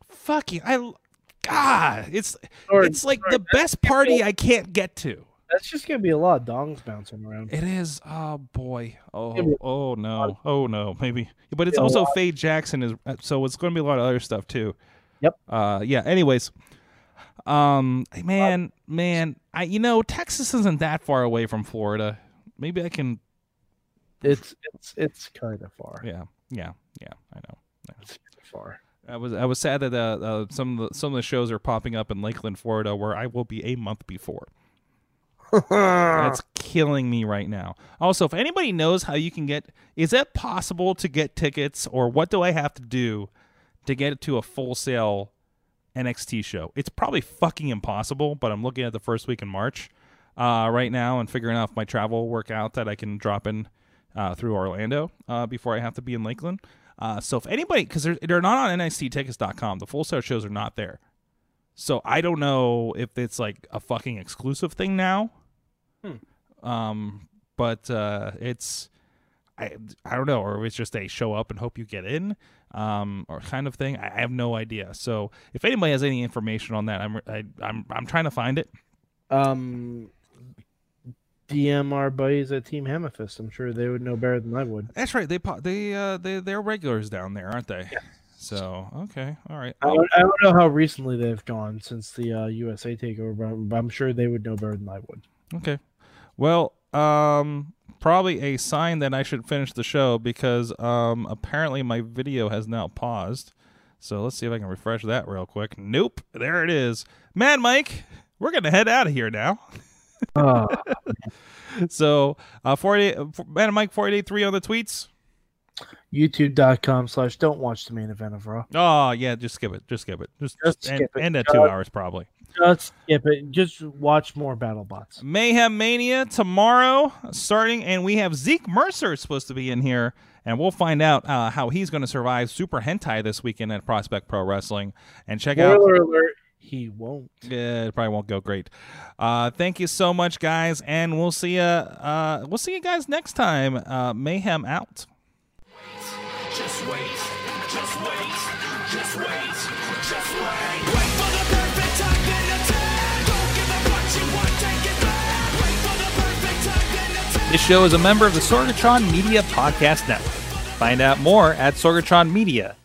B: Fucking I. God, it's
E: Sorry,
B: it's like
E: sorry,
B: the best party I can't get to.
E: that's just gonna be a lot of dongs bouncing around.
B: It is. Oh boy.
E: Give me
B: Oh. Oh no. Oh no. Maybe. But it's
E: Yeah, a
B: also Faye Jackson is. uh, So it's going to be a lot of other stuff too.
E: Yep.
B: Uh. Yeah. Anyways. Um. Man. Man. I. You know, Texas isn't that far away from Florida. Maybe I can.
E: It's it's it's kind of far.
B: Yeah. Yeah. Yeah. I know.
E: It's kinda far.
B: I was. I was sad that uh, uh some of the, some of the shows are popping up in Lakeland, Florida, where I will be a month before. That's killing me right now. Also, if anybody knows how you can get, is it possible to get tickets, or what do I have to do to get to a full sale NXT show? It's probably fucking impossible, but I'm looking at the first week in March uh, right now and figuring out if my travel will work out that I can drop in uh, through Orlando uh, before I have to be in Lakeland. Uh, so if anybody, because they're, they're not on NXTtickets.com, the full sale shows are not there. So I don't know if it's like a fucking exclusive thing now um but uh it's i i don't know or if it's just a show up and hope you get in um or kind of thing i, I have no idea so if anybody has any information on that i'm I, i'm i'm trying to find it
E: Um, DM our buddies at Team Hammerfist. I'm sure they would know better than I would.
B: that's right they po- they uh they they're regulars down there aren't they so okay all right
E: I don't, I don't know how recently they've gone since the uh, USA takeover, but I'm, but I'm sure they would know better than I would.
B: Okay. Well, um, probably a sign that I should finish the show because um, apparently my video has now paused. So let's see if I can refresh that real quick. Nope. There it is. Mad Mike, we're going to head out of here now.
E: Ah,
B: So, uh, 40, uh, Mad Mike 483 on the tweets.
E: YouTube.com slash don't watch the main event of Raw.
B: Oh, yeah. Just skip it. Just skip it. Just,
E: Just
B: end,
E: skip it.
B: end at two
E: God.
B: hours probably.
E: Just skip it. Just watch more Battle Bots.
B: Mayhem Mania tomorrow starting, and we have Zeke Mercer is supposed to be in here, and we'll find out uh, how he's going to survive Super Hentai this weekend at Prospect Pro Wrestling. And check out.
E: Spoiler alert, he won't.
B: Yeah, it probably won't go great. Uh, thank you so much, guys, and we'll see you. Uh, we'll see you guys next time. Uh, Mayhem out.
A: Just wait, just wait, just wait, just wait. Wait for the perfect time then attack. Don't give up what you want, take it back. Wait for the perfect time then attack.
B: This show is a member of the Sorgatron Media Podcast Network. Find out more at sorgatronmedia.com.